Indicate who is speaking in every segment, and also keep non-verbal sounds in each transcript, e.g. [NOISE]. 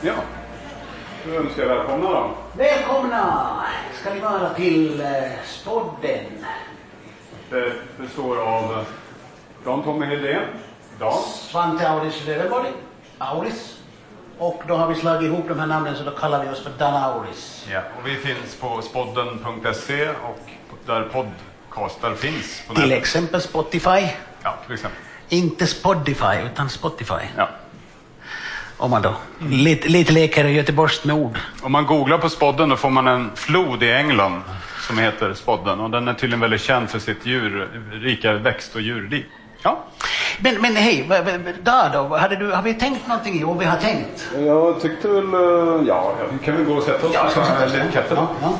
Speaker 1: Ja. Då önskar jag välkomna dem.
Speaker 2: Välkomna ska ni vara till eh, Spodden.
Speaker 1: Det består av Ron Tommy Hedén, Dan.
Speaker 2: Svante Auris Lövenborg, Auris. Och då har vi slagit ihop de här namnen så då kallar vi oss för Dan Auris.
Speaker 1: Ja, och vi finns på spodden.se och där podcastar finns. På
Speaker 2: Till
Speaker 1: nätet.
Speaker 2: exempel Spotify.
Speaker 1: Ja, till exempel.
Speaker 2: Inte Spotify utan Spotify.
Speaker 1: Ja.
Speaker 2: Om man då lite, lite leker Göteborgs med ord.
Speaker 1: Om man googlar på spodden då får man en flod i England som heter spodden och den är tydligen väldigt känd för sitt djur, rika växt och djurliv. Ja.
Speaker 2: Men, men hej, vad- vad- vad- där då? Hade du, har vi tänkt någonting? Jo, vi har tänkt.
Speaker 1: Jag tyckte väl, eh, ja, kan vi gå och sätta oss
Speaker 2: Ja,
Speaker 1: på
Speaker 2: sätta oss.
Speaker 1: den här katten?
Speaker 2: Ja, ja.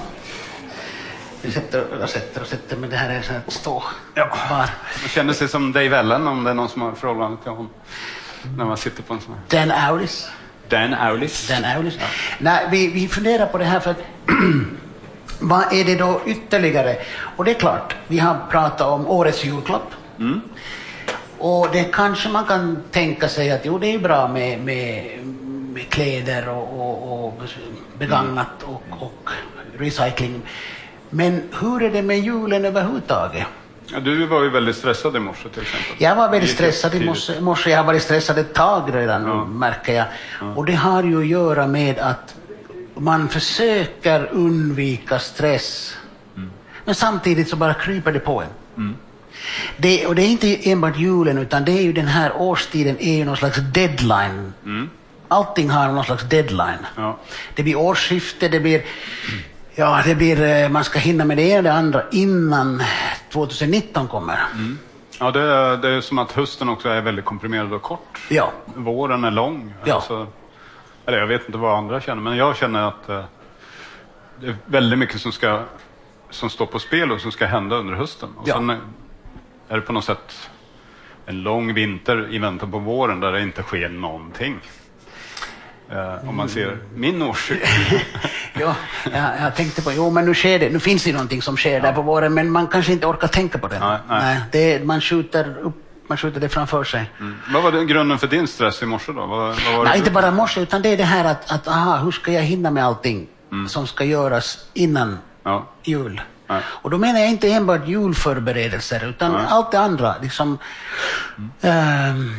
Speaker 2: Vi sätter och sätter och sätter, men det här är så här stå.
Speaker 1: Ja.
Speaker 2: Bara.
Speaker 1: Man känner sig som Dave Ellen om det är någon som har förhållande till honom. När man sitter på en sån här.
Speaker 2: Dan Auris.
Speaker 1: Dan Aulis.
Speaker 2: Den är väl liksom. Nej, vi, vi funderar på det här för att [CLEARS THROAT] vad är det då ytterligare? Och det är klart, vi har pratat om årets julklapp.
Speaker 1: Mm.
Speaker 2: Och det kanske man kan tänka sig att jo, det är ju bra med, med, med kläder och, och, och begagnat
Speaker 1: Mm.
Speaker 2: och, och recycling. Men hur är det med julen överhuvudtaget?
Speaker 1: Ja, du var ju väldigt stressad i morse till exempel.
Speaker 2: Jag var väldigt
Speaker 1: Gick upp
Speaker 2: stressad i
Speaker 1: tidigt.
Speaker 2: morse. i morse. Jag har varit stressad ett tag redan, märker jag. Och det har ju att göra med att man försöker undvika stress. Men samtidigt så bara kryper det på en. Det, och det är inte enbart julen, utan det är ju den här årstiden är ju någon slags deadline. Allting har någon slags deadline.
Speaker 1: Ja.
Speaker 2: Det blir årsskifte, det blir... Ja, det blir, eh, man ska hinna med det ena och det andra innan 2019 kommer.
Speaker 1: Ja, det, är- det är som att hösten också är väldigt komprimerad och kort.
Speaker 2: Ja.
Speaker 1: Våren är lång.
Speaker 2: Ja.
Speaker 1: Alltså, eller jag vet inte vad andra känner, men jag känner att eh, det är väldigt mycket som, ska, som står på spel och som ska hända under hösten. Och
Speaker 2: Ja.
Speaker 1: sen är det på något sätt en lång vinter i väntan på våren där det inte sker någonting. Eh, om man ser min
Speaker 2: [LAUGHS]
Speaker 1: årscykel.
Speaker 2: Ja, jag, jag tänkte på, jo men nu sker det, nu finns det ju någonting som sker där på våren, men man kanske inte orkar tänka på det.
Speaker 1: Nej, nej.
Speaker 2: det man, skjuter upp, man skjuter det framför sig.
Speaker 1: Vad var det, grunden för din stress i morse då? Vad, vad var det
Speaker 2: Nej, inte
Speaker 1: Mm. du-
Speaker 2: bara morse, utan det är det här att, att aha, hur ska jag hinna med allting
Speaker 1: Mm.
Speaker 2: som ska göras innan
Speaker 1: Ja.
Speaker 2: jul?
Speaker 1: Nej.
Speaker 2: Och då menar jag inte enbart julförberedelser, utan
Speaker 1: Nej.
Speaker 2: allt det andra. Liksom, ehm,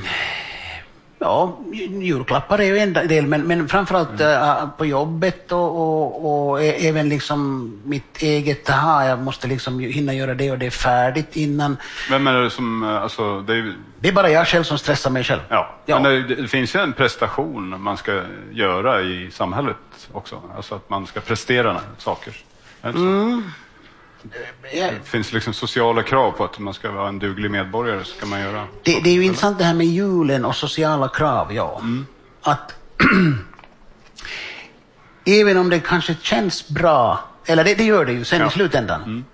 Speaker 2: ja, ju- julklappar är ju en del, men, men framförallt
Speaker 1: Mm.
Speaker 2: eh, på jobbet och, och, och ä- även liksom mitt eget, aha, jag måste liksom ju hinna göra det och det är färdigt innan.
Speaker 1: Vem är det som, eh, alltså, det är, ju-
Speaker 2: Det är bara jag själv som stressar mig själv.
Speaker 1: ja. Men det, det finns ju en prestation man ska göra i samhället också. Alltså att man ska prestera saker. Är det så?
Speaker 2: Mm. Jag-
Speaker 1: Det finns liksom sociala krav på att man ska vara en duglig medborgare, så ska man göra.
Speaker 2: Det, det är ju intressant det här med julen och sociala krav, ja. Att [CLEARS THROAT] även om det kanske känns bra, eller det, det gör det ju sen
Speaker 1: Ja.
Speaker 2: i slutändan,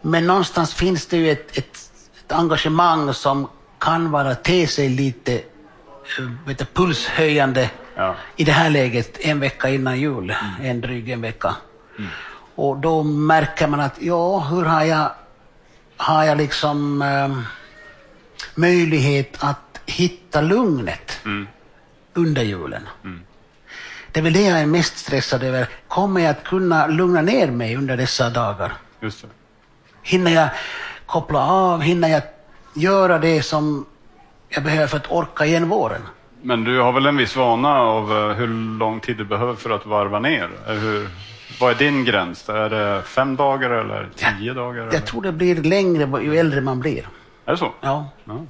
Speaker 2: men någonstans finns det ju ett, ett, ett engagemang som kan vara te sig lite eh, vet du, pulshöjande
Speaker 1: Ja.
Speaker 2: i det här läget en vecka innan jul, en dryg en vecka. Och då märker man att, ja, hur har jag, har jag liksom ehm, möjlighet att hitta lugnet under julen. Det är väl det jag är mest stressad över. Kommer jag att kunna lugna ner mig under dessa dagar?
Speaker 1: Just det.
Speaker 2: Hinner jag koppla av? Hinner jag göra det som jag behöver för att orka igen våren?
Speaker 1: Men du har väl en viss vana av eh, hur lång tid du behöver för att varva ner? Eh, Hur, vad är din gräns? Är det fem dagar eller tio dagar? Eller?
Speaker 2: Jag tror det blir längre ju äldre man blir.
Speaker 1: Är det så?
Speaker 2: Ja.
Speaker 1: Ja. Nu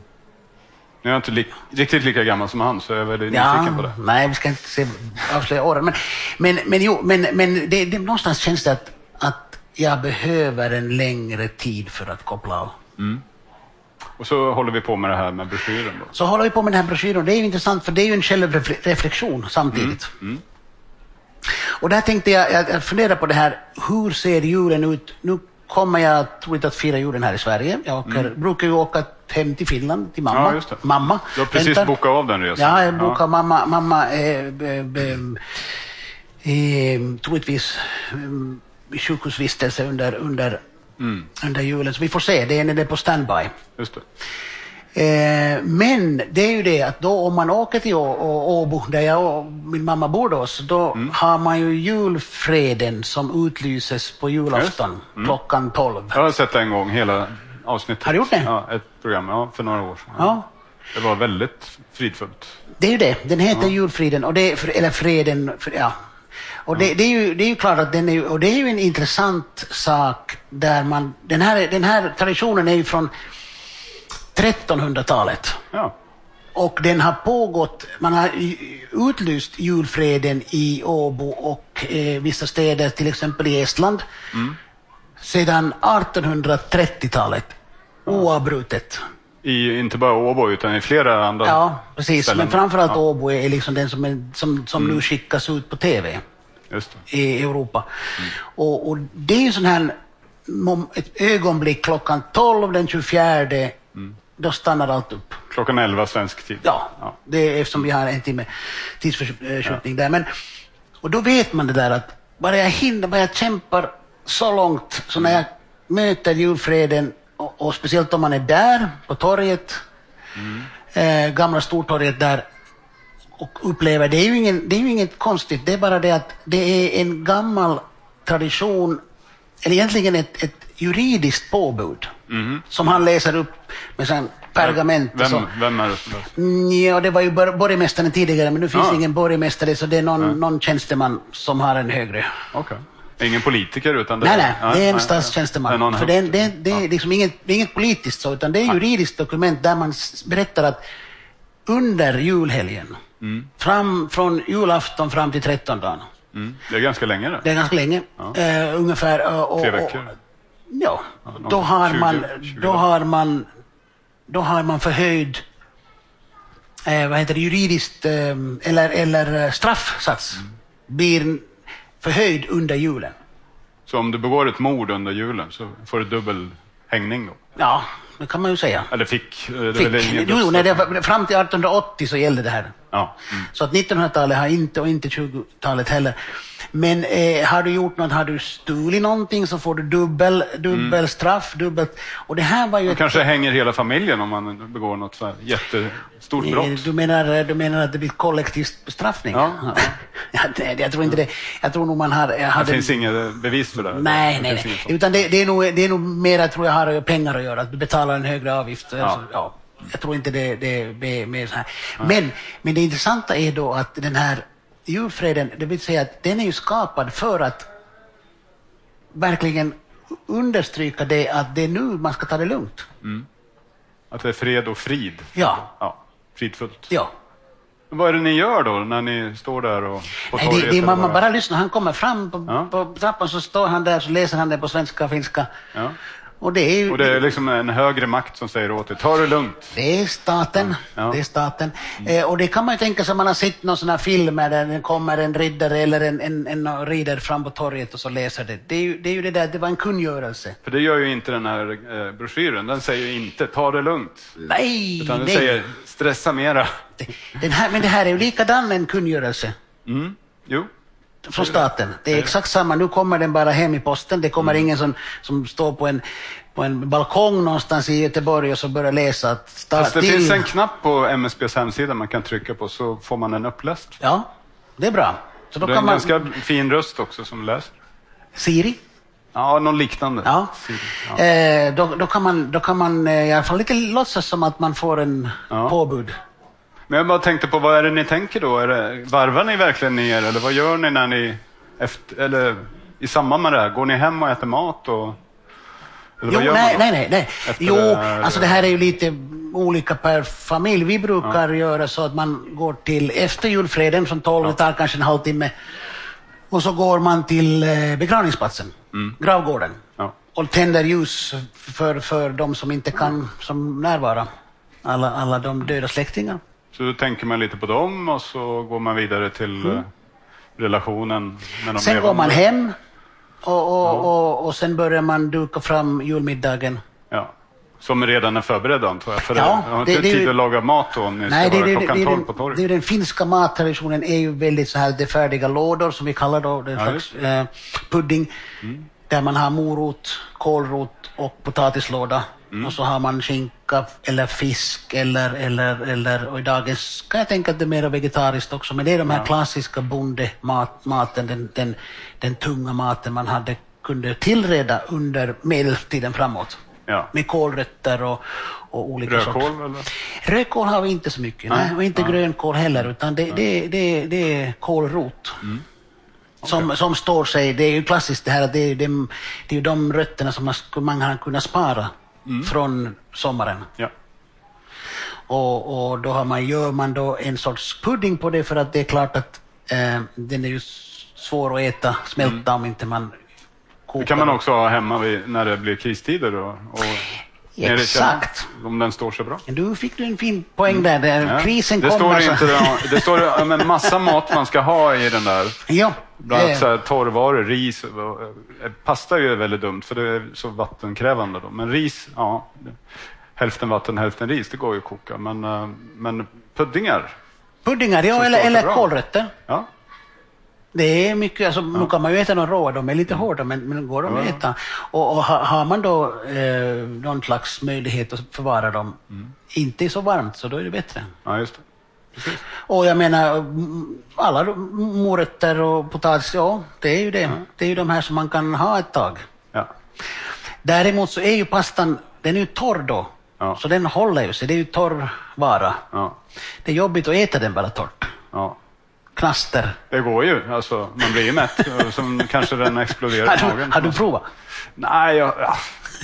Speaker 1: är jag inte li- riktigt lika gammal som han, så jag är väldigt nyfiken på det.
Speaker 2: Nej, vi ska inte se, avslöja åren. Men, men, men, jo, men, men det, det, någonstans känns det att, att jag behöver en längre tid för att koppla av.
Speaker 1: Och så håller vi på med det här med broschyren. Då.
Speaker 2: Så håller vi på med den här broschyren. Det är ju intressant för det är ju en självreflektion samtidigt.
Speaker 1: Mm,
Speaker 2: Och där tänkte jag, jag jag funderar på det här, hur ser julen ut? Nu kommer jag troligt att fira julen här i Sverige. Jag åker, brukar ju åka hem till Finland, till mamma.
Speaker 1: Mm. Ja, just det.
Speaker 2: Mamma.
Speaker 1: Du har precis
Speaker 2: väntar.
Speaker 1: bokat av den resan.
Speaker 2: Ja, jag bokar
Speaker 1: Ja.
Speaker 2: mamma, mamma eh, b- b- eh, troligtvis eh,
Speaker 1: Mm.
Speaker 2: sjukhusvistelse under, under, under julen. Så vi får se, det är nere på standby.
Speaker 1: Just det.
Speaker 2: Eh, men det är ju det att då om man åker till Å- Å- Åbo, där jag och min mamma bor då, så då har man ju julfreden som utlyses på julafton klockan 12.
Speaker 1: Jag har sett det en gång, hela avsnittet.
Speaker 2: Har du gjort det?
Speaker 1: Ja, ett program, ja, för några år sedan.
Speaker 2: Ja.
Speaker 1: Det var väldigt fridfullt.
Speaker 2: Det är ju det. Den heter Julfriden, och det, är- eller Freden, för, ja. Och det, det, är ju, det är ju klart att den är, ju- och det är ju en intressant sak där man, den här, den här traditionen är ju från 1300-talet.
Speaker 1: Ja.
Speaker 2: Och den har pågått, man har ju- utlyst julfreden i Åbo och eh, vissa städer, till exempel i Estland, sedan 1830-talet. Oavbrutet.
Speaker 1: I, inte bara Åbo, utan i flera andra
Speaker 2: Ja, precis.
Speaker 1: ställen.
Speaker 2: Men framförallt
Speaker 1: Ja,
Speaker 2: Åbo är liksom den som, är, som, som nu skickas ut på TV
Speaker 1: just det.
Speaker 2: i Europa. Och, och det är ju sån här mom- ett ögonblick klockan 12 den 24, då stannar allt upp.
Speaker 1: Klockan 11 svensk tid.
Speaker 2: Ja,
Speaker 1: ja.
Speaker 2: det är eftersom vi har en timme tidsförskjutning där. Men, och då vet man det där att bara jag hinner, bara jag kämpar så långt, så när jag
Speaker 1: Mm.
Speaker 2: möter julfreden, och, och speciellt om man är där på torget,
Speaker 1: Mm.
Speaker 2: eh, gamla Stortorget där, och upplever, det är, ju ingen, det är ju inget konstigt, det är bara det att det är en gammal tradition, eller egentligen ett, ett juridiskt påbud, som han läser upp med sån pergament. och så.
Speaker 1: Mm. Vem, vem är det som
Speaker 2: Mm, Ja, det var ju bor- borgmästaren tidigare, men nu finns
Speaker 1: Ja.
Speaker 2: det ingen borgmästare, så det är någon, någon tjänsteman som har en högre.
Speaker 1: Okej. Det är Ingen politiker, utan det
Speaker 2: Nej, nej, det är en
Speaker 1: nej, det är någon
Speaker 2: statstjänsteman. För det, är-
Speaker 1: högt-
Speaker 2: det, det är liksom inget, det är inget politiskt så, utan det är juridiskt dokument där man s- berättar att under julhelgen, fram, från julafton fram till trettondagen,
Speaker 1: Mm. Det är ganska länge det.
Speaker 2: det är ganska länge, eh, ungefär. eh, Och,
Speaker 1: Tre
Speaker 2: och-
Speaker 1: veckor.
Speaker 2: Ja,
Speaker 1: någon-
Speaker 2: då har
Speaker 1: 20
Speaker 2: man,
Speaker 1: 20
Speaker 2: då har man, då har man förhöjd, eh, vad heter det, juridiskt, eh, eller, eller eh, straffsats
Speaker 1: Mm.
Speaker 2: blir förhöjd under julen.
Speaker 1: Så om du begår ett mord under julen så får du dubbel hängning då?
Speaker 2: Ja, det kan man ju säga.
Speaker 1: Eller fick? eh, Det
Speaker 2: Fick,
Speaker 1: är väl ingen
Speaker 2: jo, jo, nej, det,
Speaker 1: dödsstraff.
Speaker 2: var- fram till 1880 så gällde det här.
Speaker 1: Ja. Mm.
Speaker 2: Så att 1900-talet har inte, och inte 20-talet heller. Men eh, har du gjort något, har du stulit någonting så får du dubbel, dubbel straff, dubbelt. Och det här var ju
Speaker 1: Det Mm. kanske hänger hela familjen om man begår något så här jättestort
Speaker 2: Eh,
Speaker 1: brott.
Speaker 2: Du menar, du menar att det blir kollektiv bestraffning?
Speaker 1: Ja.
Speaker 2: Ja, [LAUGHS] det- jag tror inte det. Jag tror nog man har... jag
Speaker 1: Det
Speaker 2: hade-
Speaker 1: finns inga bevis för det? här.
Speaker 2: Nej,
Speaker 1: Det
Speaker 2: nej,
Speaker 1: finns
Speaker 2: nej.
Speaker 1: inget sånt.
Speaker 2: Utan det, det, är nog, det är nog mera, tror jag, har med pengar att göra. Att du betalar en högre avgift. Ja. Alltså, ja. Jag tror inte det, det är mer så här. Men, men det intressanta är då att den här julfreden, det vill säga att den är ju skapad för att verkligen understryka det att det är nu man ska ta det lugnt.
Speaker 1: Att det är fred och frid?
Speaker 2: Ja,
Speaker 1: Ja, fridfullt.
Speaker 2: ja.
Speaker 1: Vad är det ni gör då när ni står där och på
Speaker 2: Nej,
Speaker 1: torget
Speaker 2: det, det är
Speaker 1: eller
Speaker 2: mamma
Speaker 1: vad det
Speaker 2: bara lyssnar. Han kommer fram på,
Speaker 1: Ja.
Speaker 2: på trappan så står han där så läser han det på svenska och finska.
Speaker 1: är? Ja.
Speaker 2: Och det är ju
Speaker 1: Och det är liksom en högre makt som säger åt dig, ta det lugnt.
Speaker 2: det är staten.
Speaker 1: Ja.
Speaker 2: Det är staten. Eh, och det kan man ju tänka sig, man har sett någon sån här filmer där det kommer en riddare eller en, en, en rider fram på torget och så läser det. Det är, ju, det är ju det där, det var en kungörelse.
Speaker 1: För det gör ju inte den här eh, broschyren. Den säger ju inte, ta det lugnt.
Speaker 2: Nej,
Speaker 1: Utan den
Speaker 2: nej.
Speaker 1: säger, stressa mera.
Speaker 2: Den här, men det här är ju likadan en kungörelse.
Speaker 1: Mm. Jo,
Speaker 2: från staten. Det är exakt samma. Nu kommer den bara hem i posten. Det kommer
Speaker 1: Mm.
Speaker 2: ingen som, som står på en, på en balkong någonstans i Göteborg och så börjar läsa att sta-
Speaker 1: Fast det
Speaker 2: till-
Speaker 1: finns en knapp på MSBs hemsida man kan trycka på så får man den uppläst.
Speaker 2: Ja, det är bra. Så då
Speaker 1: det är
Speaker 2: kan
Speaker 1: en
Speaker 2: man...
Speaker 1: ganska fin röst också som läser.
Speaker 2: Siri?
Speaker 1: Ja, någon liknande.
Speaker 2: Ja.
Speaker 1: Siri, ja.
Speaker 2: Eh, då, då kan man, då kan man eh, i alla fall lite låtsas som att man får en
Speaker 1: Ja.
Speaker 2: påbud.
Speaker 1: Men jag bara tänkte på, vad är det ni tänker då? Är det, varvar ni verkligen ner eller vad gör ni när ni efter, eller, i samband med det här? Går ni hem och äter mat? Och, eller
Speaker 2: Jo,
Speaker 1: vad gör man
Speaker 2: nej,
Speaker 1: då?
Speaker 2: nej, nej, nej.
Speaker 1: Efter
Speaker 2: Jo,
Speaker 1: det här- eh,
Speaker 2: alltså det här är ju lite olika per familj. Vi brukar göra så att man går till efter julfreden från 12, det tar kanske en halvtimme. Och så går man till eh, begravningsplatsen,
Speaker 1: Mm.
Speaker 2: gravgården.
Speaker 1: Ja.
Speaker 2: Och tänder ljus för, för de som inte kan som närvara. Alla, alla de döda släktingar.
Speaker 1: Så då tänker man lite på dem och så går man vidare till eh, relationen med de
Speaker 2: Mm. Sen går
Speaker 1: levande.
Speaker 2: man hem och, och, och, och sen börjar man duka fram julmiddagen.
Speaker 1: Ja. Som redan är förberedda antar jag. För
Speaker 2: Ja,
Speaker 1: jag har
Speaker 2: det-
Speaker 1: inte
Speaker 2: det är
Speaker 1: tid
Speaker 2: ju-
Speaker 1: att laga mat då om ni
Speaker 2: Nej,
Speaker 1: ska
Speaker 2: det,
Speaker 1: vara
Speaker 2: det, det,
Speaker 1: klockan
Speaker 2: det,
Speaker 1: 12 på
Speaker 2: det,
Speaker 1: torget.
Speaker 2: det, den finska mattraditionen är ju väldigt så här, det är färdiga lådor som vi kallar då, det är en
Speaker 1: Ja, Mm.
Speaker 2: slags eh, pudding. där man har morot, kålrot och potatislåda.
Speaker 1: Mm.
Speaker 2: Och så har man skinka eller fisk eller, eller, eller, och i dagens kan jag tänka att det är mer vegetariskt också, men det är de här klassiska bondematen, den, den, den tunga maten man hade kunde tillreda under medeltiden framåt.
Speaker 1: Ja.
Speaker 2: Med kålrötter och, och olika sorter.
Speaker 1: Rödkål eller?
Speaker 2: Rödkål har vi inte så mycket, nej. och inte grönkål heller, utan det, det, det, det är kålrot.
Speaker 1: Mm.
Speaker 2: Som, som står sig, det är ju klassiskt det här, att det är, det, är- det är ju de rötterna som man, sk- man har kunnat spara
Speaker 1: Mm.
Speaker 2: från sommaren.
Speaker 1: Ja.
Speaker 2: Och, och då har man, gör man då en sorts pudding på det för att det är klart att eh, den är ju s- svår att äta, smälta om inte man kokar.
Speaker 1: Det kan Mm. man också ha hemma vid, när det blir kristider. Och, och nere i källaren,
Speaker 2: Exakt.
Speaker 1: Om den står sig bra.
Speaker 2: Du fick du en fin poäng där, där
Speaker 1: Ja.
Speaker 2: krisen
Speaker 1: det Står
Speaker 2: kommer. så-
Speaker 1: inte, det- det står ja, men massa mat man ska ha i den där.
Speaker 2: [LAUGHS] ja, Eh,
Speaker 1: Bland
Speaker 2: det-
Speaker 1: annat så här, torrvaror, ris. och- eh, Pasta är ju väldigt dumt för det är så vattenkrävande. Då. Men ris, ja. Hälften vatten, hälften ris, det går ju att koka. Men, eh, men puddingar,
Speaker 2: puddingar, ja,
Speaker 1: som
Speaker 2: eller,
Speaker 1: står sig
Speaker 2: eller
Speaker 1: bra.
Speaker 2: kålrötter.
Speaker 1: ja.
Speaker 2: Det är mycket, alltså, nu kan man ju äta de råa, de är lite hårda, men, men går de att äta? Och, och ha- har man då eh, någon slags möjlighet att förvara dem,
Speaker 1: Mm.
Speaker 2: inte så varmt, så då är det bättre.
Speaker 1: ja just det.
Speaker 2: Och jag menar, m- alla de- morötter och potatis, ja, det är ju det. Det är ju de här som man kan ha ett tag.
Speaker 1: Ja.
Speaker 2: Däremot så är ju pastan, den är ju torr då.
Speaker 1: Ja.
Speaker 2: Så den håller ju sig, det är ju torr vara.
Speaker 1: Ja.
Speaker 2: Det är jobbigt att äta den bara torrt.
Speaker 1: Ja.
Speaker 2: Knaster.
Speaker 1: Det går ju, alltså, man blir ju mätt. [LAUGHS] och Sen kanske den exploderar i
Speaker 2: Har du,
Speaker 1: magen.
Speaker 2: har du provat?
Speaker 1: Nej, jag, ja,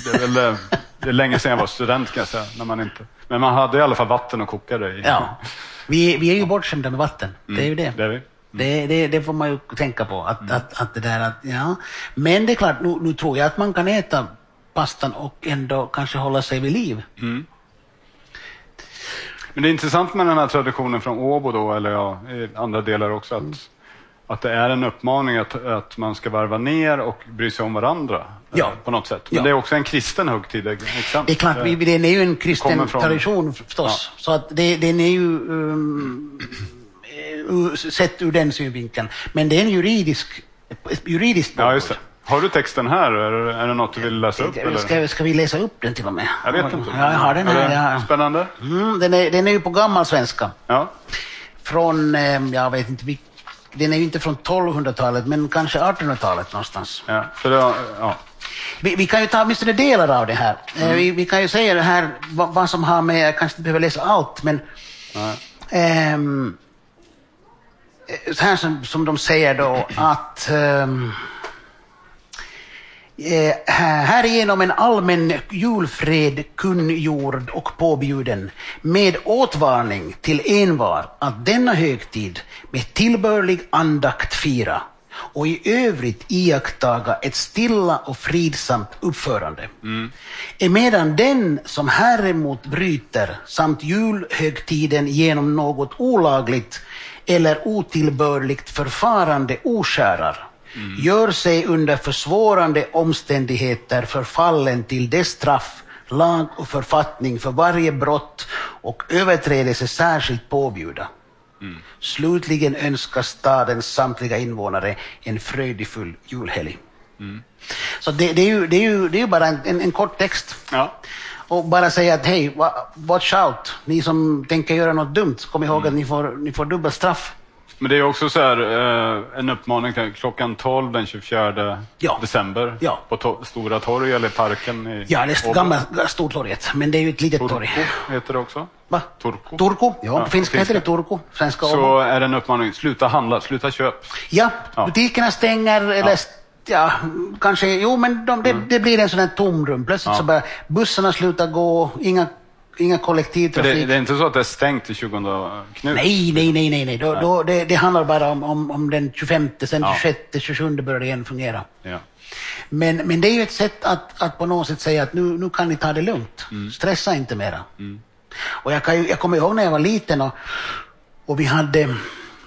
Speaker 1: det är väl eh, det är länge sedan jag var student kan jag säga. När man inte, men man hade i alla fall vatten att koka det i.
Speaker 2: Ja. Vi, vi är ju bortskämda med vatten, det är ju det.
Speaker 1: Mm. Det är vi. Mm.
Speaker 2: Det, det, det får man ju tänka på. Att, att, att det där att, ja. Men det är klart, nu, nu tror jag att man kan äta pastan och ändå kanske hålla sig vid liv.
Speaker 1: Mm. Men det är intressant med den här traditionen från Åbo då, eller ja, i andra delar också, att, att det är en uppmaning att, att man ska varva ner och bry sig om varandra. eh,
Speaker 2: Ja.
Speaker 1: På något sätt. Men
Speaker 2: Ja.
Speaker 1: det är också en kristen högtid. eh, Inte sant?
Speaker 2: Det är klart, vi, den är ju en kristen
Speaker 1: kommer från-
Speaker 2: tradition förstås. Så att det, den är ju um, eh, sett ur den synvinkeln. Men det är en juridisk, ett juridiskt
Speaker 1: Ja, just det. Har du texten här? Är, det- är det något du vill läsa upp? Eller?
Speaker 2: Ska, ska vi läsa upp den till och med?
Speaker 1: Jag vet inte.
Speaker 2: Ja, jag har den
Speaker 1: Är
Speaker 2: här.
Speaker 1: det
Speaker 2: Ja.
Speaker 1: Spännande?
Speaker 2: Mm, den, är, den är ju på gammal svenska.
Speaker 1: Ja.
Speaker 2: Från, eh, jag vet inte, vil- den är ju inte från 1200-talet, men kanske 1800-talet någonstans.
Speaker 1: ja. För det, ja.
Speaker 2: Vi, vi kan ju ta åtminstone delar av det här. Eh, Vi, vi kan ju säga det här, vad, vad som har med, jag kanske inte behöver läsa allt, men
Speaker 1: Nej.
Speaker 2: ehm, eh, så här som, som de säger då att ehm, Eh, här- härigenom en allmän julfred kungjord och påbjuden med åtvarning till envar att denna högtid med tillbörlig andakt fira och i övrigt iakttaga ett stilla och fridsamt uppförande. Emedan den som häremot bryter samt julhögtiden genom något olagligt eller otillbörligt förfarande oskärar gör sig under försvårande omständigheter förfallen till det straff, lag och författning för varje brott och överträdelse särskilt påbjuda. Slutligen önskar stadens samtliga invånare en fröjdefull julhelg. Så det, det, är ju, det, är ju, det är ju bara en, en, en kort text.
Speaker 1: Ja.
Speaker 2: Och bara säga att hej, wa- watch out. Ni som tänker göra något dumt, kom ihåg att ni får, ni får dubbel straff.
Speaker 1: Men det är också så här, eh, en uppmaning till klockan 12 den 24
Speaker 2: Ja.
Speaker 1: december
Speaker 2: Ja.
Speaker 1: på to- Stora torg eller parken i
Speaker 2: Ja, det är
Speaker 1: Åbo.
Speaker 2: gamla Stortorget, men det är ju ett litet
Speaker 1: Turku
Speaker 2: torg.
Speaker 1: heter det också.
Speaker 2: Va?
Speaker 1: Turku.
Speaker 2: Turku? Ja,
Speaker 1: Ja,
Speaker 2: på finska heter det Turku. Svenska Åbo.
Speaker 1: Så är det en uppmaning, sluta handla, sluta köp.
Speaker 2: Ja,
Speaker 1: Ja.
Speaker 2: butikerna stänger eller st- ja, kanske, jo men de, det, det blir en sån här tomrum. Plötsligt
Speaker 1: Mm. Ja.
Speaker 2: så börjar bussarna sluta gå, inga, inga
Speaker 1: Men
Speaker 2: kollektivtrafik.
Speaker 1: det, det är inte så att det är stängt till 20 Knut?
Speaker 2: Nej, nej, nej, nej, nej. Då, då, det, det handlar bara om, om, om den 25, sen
Speaker 1: Ja.
Speaker 2: 26, 27 börjar det igen fungera.
Speaker 1: Ja.
Speaker 2: Men, men det är ju ett sätt att, att på något sätt säga att nu, nu kan ni ta det lugnt. Stressa inte mera. Och jag, kan ju, jag kommer ihåg när jag var liten och, och vi hade,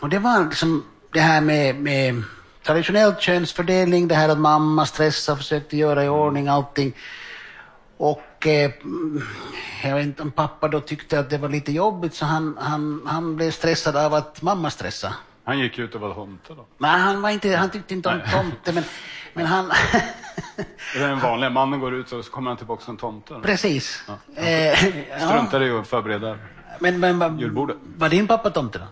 Speaker 2: och det var liksom det här med, med traditionell könsfördelning, det här att mamma stressade, försökte göra i ordning allting. Och eh, mm, jag vet inte om pappa då tyckte att det var lite jobbigt så han, han, han blev stressad av att mamma stressade.
Speaker 1: Han gick ut och var tomte då.
Speaker 2: Nej, han, var inte, han tyckte inte om tomte, men, men han...
Speaker 1: Det är den vanliga. Mannen går ut och så kommer han tillbaka som tomten.
Speaker 2: Precis.
Speaker 1: Ja.
Speaker 2: Eh, ja.
Speaker 1: Struntar i att förbereda.
Speaker 2: Men, men, men
Speaker 1: Julbordet.
Speaker 2: var din pappa tomte då?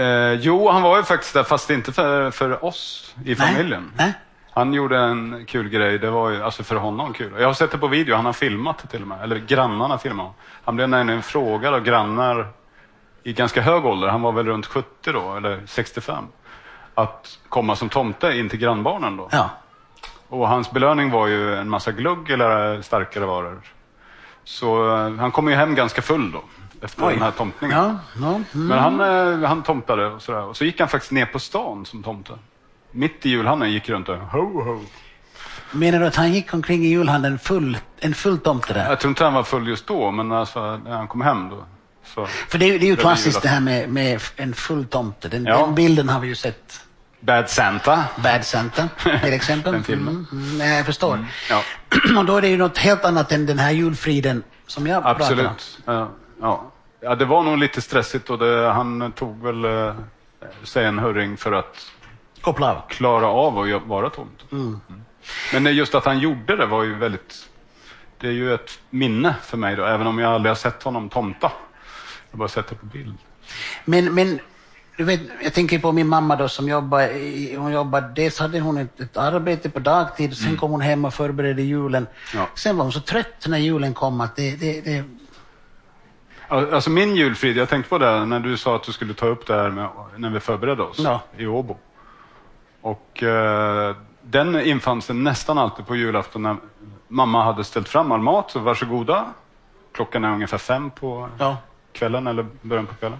Speaker 1: Eh, jo, han var ju faktiskt där, fast inte för, för oss i familjen.
Speaker 2: Nej.
Speaker 1: Han gjorde en kul grej, det var ju, alltså för honom kul. Jag har sett det på video, han har filmat det till och med. Eller grannarna filmade honom. Han blev nämligen frågad av grannar i ganska hög ålder, han var väl runt 70 då, eller 65, att komma som tomte in till grannbarnen då.
Speaker 2: Ja.
Speaker 1: Och hans belöning var ju en massa glögg eller starkare varor. Så eh, han kom ju hem ganska full då, efter den här tomtningen.
Speaker 2: Ja, ja. Mm.
Speaker 1: Men han, eh, han tomtade och sådär. Och så gick han faktiskt ner på stan som tomte. Mitt i julhandeln gick runt och ho, ho.
Speaker 2: Menar du att han gick omkring i julhandeln full, en full tomte där?
Speaker 1: Jag tror inte han var full just då, men alltså, när han kom hem då. Så.
Speaker 2: För det är, ju- det är ju
Speaker 1: Det är
Speaker 2: klassiskt det
Speaker 1: julafton.
Speaker 2: här med, med en full tomte. Den,
Speaker 1: Ja.
Speaker 2: den bilden har vi ju sett.
Speaker 1: Bad Santa. [LAUGHS]
Speaker 2: Bad Santa till exempel.
Speaker 1: Den filmen.
Speaker 2: Mm, mm, nej, jag förstår.
Speaker 1: Ja.
Speaker 2: [CLEARS THROAT] Och då är det ju något helt annat än den här julfriden som jag pratar om.
Speaker 1: Absolut. Ja, ja. ja, det var nog lite stressigt och det, han tog väl eh, sig en hurring för att
Speaker 2: Koppla av.
Speaker 1: klara av att gö- vara tomt. Mm. Men eh, just att han gjorde det var ju väldigt... Det är ju ett minne för mig då, även om jag aldrig har sett honom tomta. Jag har bara sett det på bild.
Speaker 2: Men, men du vet, jag tänker på min mamma då som jobbade, i- hon jobbade, dels hade hon ett, ett arbete på dagtid, sen kom hon hem och förberedde julen.
Speaker 1: Mm. Ja.
Speaker 2: Sen var hon så trött när julen kom att det, det, det
Speaker 1: Al- Alltså min julfrid, jag tänkte på det här när du sa att du skulle ta upp det här med, när vi förberedde oss
Speaker 2: Ja.
Speaker 1: i Åbo. Och eh, den infann sig nästan alltid på julafton när mamma hade ställt fram all mat, så varsågoda. Klockan är ungefär fem på
Speaker 2: ja.
Speaker 1: kvällen eller början på kvällen.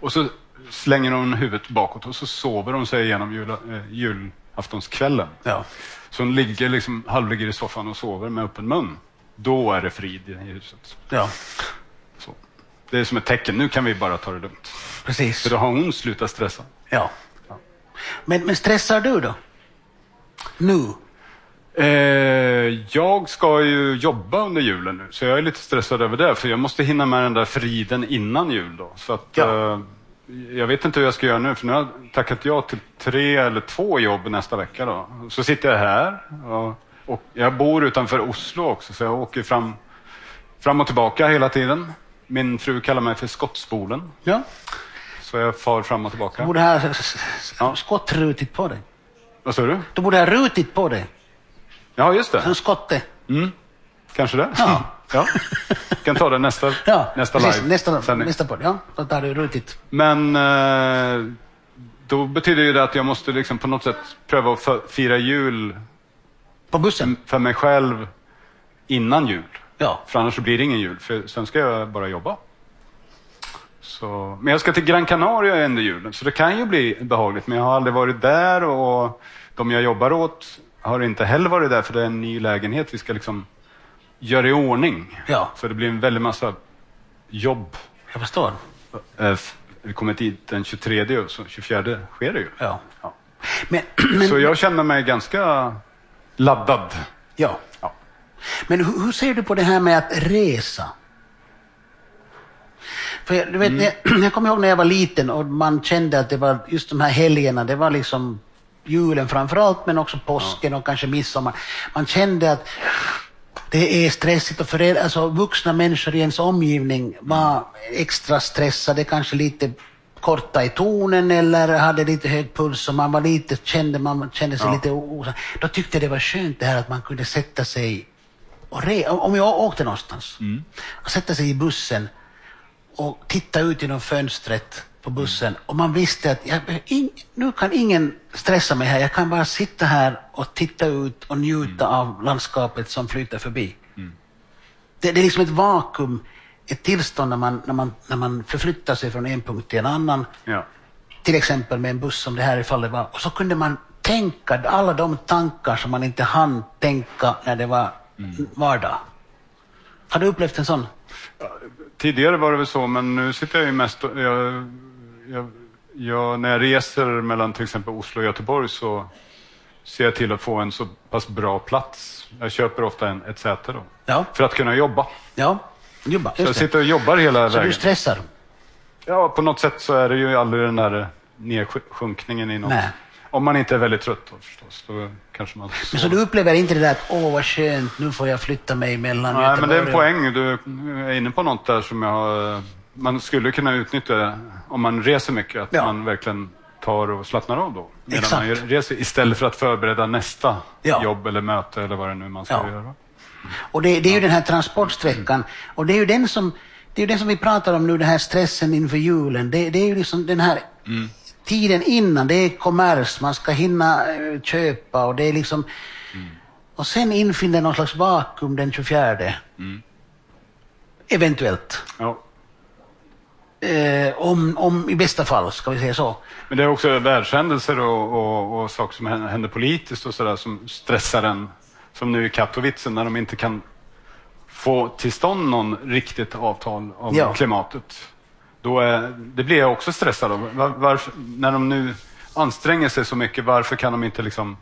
Speaker 1: Och så slänger hon huvudet bakåt och så sover hon sig igenom jula, eh, julaftonskvällen.
Speaker 2: ja.
Speaker 1: Så hon ligger liksom, halvligger i soffan och sover med öppen mun. Då är det frid i huset.
Speaker 2: Ja,
Speaker 1: Så. Det är som ett tecken, nu kan vi bara ta det lugnt.
Speaker 2: precis.
Speaker 1: För då har hon slutat stressa.
Speaker 2: Ja. Men, men stressar du då? Nu?
Speaker 1: Eh, jag ska ju jobba under julen nu, så jag är lite stressad över det. För jag måste hinna med den där friden innan jul. Då. Så att,
Speaker 2: Ja.
Speaker 1: eh, jag vet inte hur jag ska göra nu, för nu har jag tackat ja till tre eller två jobb nästa vecka. Då. Så sitter jag här. Och, och jag bor utanför Oslo också, så jag åker fram, fram och tillbaka hela tiden. Min fru kallar mig för skottspolen,
Speaker 2: Ja.
Speaker 1: så jag far fram och tillbaka.
Speaker 2: Du borde ha s- s-
Speaker 1: Ja.
Speaker 2: skottrutigt på dig.
Speaker 1: Vad sa du?
Speaker 2: Du borde ha rutigt på dig.
Speaker 1: Ja, just det.
Speaker 2: Som skotte.
Speaker 1: Kanske det.
Speaker 2: Ja.
Speaker 1: [LAUGHS] ja. Kan ta det nästa,
Speaker 2: [LAUGHS] Ja,
Speaker 1: nästa
Speaker 2: precis.
Speaker 1: live.
Speaker 2: Nästa,
Speaker 1: sändning.
Speaker 2: nästa podd. Ja, då tar du rutigt.
Speaker 1: Men eh, då betyder ju det att jag måste liksom på något sätt pröva att f- fira jul
Speaker 2: På bussen?
Speaker 1: för mig själv innan jul.
Speaker 2: Ja.
Speaker 1: För annars så blir det ingen jul, för sen ska jag bara jobba. Så, men jag ska till Gran Canaria under julen, så det kan ju bli behagligt. Men jag har aldrig varit där och de jag jobbar åt har inte heller varit där, för det är en ny lägenhet vi ska liksom göra i ordning.
Speaker 2: Ja.
Speaker 1: Så det blir en väldig massa jobb.
Speaker 2: Jag förstår.
Speaker 1: Eh, f- Vi kommer dit den 23 och så 24 sker det ju.
Speaker 2: Ja.
Speaker 1: Ja.
Speaker 2: Men, [CLEARS THROAT] men,
Speaker 1: Så jag känner mig ganska laddad.
Speaker 2: ja.
Speaker 1: Ja.
Speaker 2: men hur, hur ser du på det här med att resa? För jag, du vet,
Speaker 1: Mm.
Speaker 2: [CLEARS THROAT] jag, jag kommer ihåg när jag var liten och man kände att det var just de här helgerna, det var liksom julen framför allt, men också påsken och kanske midsommar. Man kände att det är stressigt och föräldrar, alltså vuxna människor i ens omgivning var extra stressade, kanske lite korta i tonen eller hade lite hög puls och man var lite, kände, man kände sig
Speaker 1: Ja.
Speaker 2: lite o- o- Då tyckte jag det var skönt det här att man kunde sätta sig och re- om jag åkte någonstans, och sätta sig i bussen och titta ut genom fönstret på bussen och man visste att jag, in, nu kan ingen stressa mig här. Jag kan bara sitta här och titta ut och njuta av landskapet som flyter förbi. Det, det är liksom ett vakuum, ett tillstånd när man, när, man, när man förflyttar sig från en punkt till en annan.
Speaker 1: Ja.
Speaker 2: Till exempel med en buss som det här i fallet var. Och så kunde man tänka alla de tankar som man inte hann tänka när det var vardag. Har du upplevt en sån?
Speaker 1: Tidigare var det väl så, men nu sitter jag ju mest... och- Jag, jag, jag, när jag reser mellan till exempel Oslo och Göteborg så ser jag till att få en så pass bra plats. Jag köper ofta en, ett säte då.
Speaker 2: Ja.
Speaker 1: För att kunna jobba.
Speaker 2: Ja. Jobba.
Speaker 1: Så jag
Speaker 2: Just det.
Speaker 1: sitter och jobbar hela
Speaker 2: Så
Speaker 1: vägen.
Speaker 2: du stressar?
Speaker 1: Ja, på något sätt så är det ju aldrig den där nedsjunkningen i något.
Speaker 2: Nej.
Speaker 1: Om man inte är väldigt trött då förstås. Då kanske man...
Speaker 2: Men så du upplever inte det där att åh vad skönt, nu får jag flytta mig mellan
Speaker 1: Nej, men det är en
Speaker 2: och-
Speaker 1: poäng. Du är inne på något där som jag har... Man skulle kunna utnyttja om man reser mycket, att
Speaker 2: Ja.
Speaker 1: man verkligen tar och slappnar av då. Medan
Speaker 2: Exakt.
Speaker 1: man reser istället för att förbereda nästa
Speaker 2: Ja.
Speaker 1: jobb eller möte eller vad det nu man ska
Speaker 2: Ja.
Speaker 1: göra.
Speaker 2: Och det, det är ju den här transportsträckan. Och det är ju den som, det är ju den som vi pratar om nu, den här stressen inför julen. Det, det är ju liksom den här
Speaker 1: Mm.
Speaker 2: tiden innan. Det är kommers, man ska hinna eh, köpa och det är liksom...
Speaker 1: Mm.
Speaker 2: Och sen infinner någon slags vakuum den 24.
Speaker 1: Mm.
Speaker 2: Eventuellt.
Speaker 1: Ja.
Speaker 2: Eh, om, om, I bästa fall, ska vi säga så.
Speaker 1: Men det är också världshändelser och, och, och saker som händer händer politiskt och sådär som stressar en. Som nu i Katowice när de inte kan få till stånd någon riktigt avtal om
Speaker 2: Ja.
Speaker 1: klimatet. Då är, det blir jag också stressad av. Var, varför, när de nu anstränger sig så mycket, varför kan de inte liksom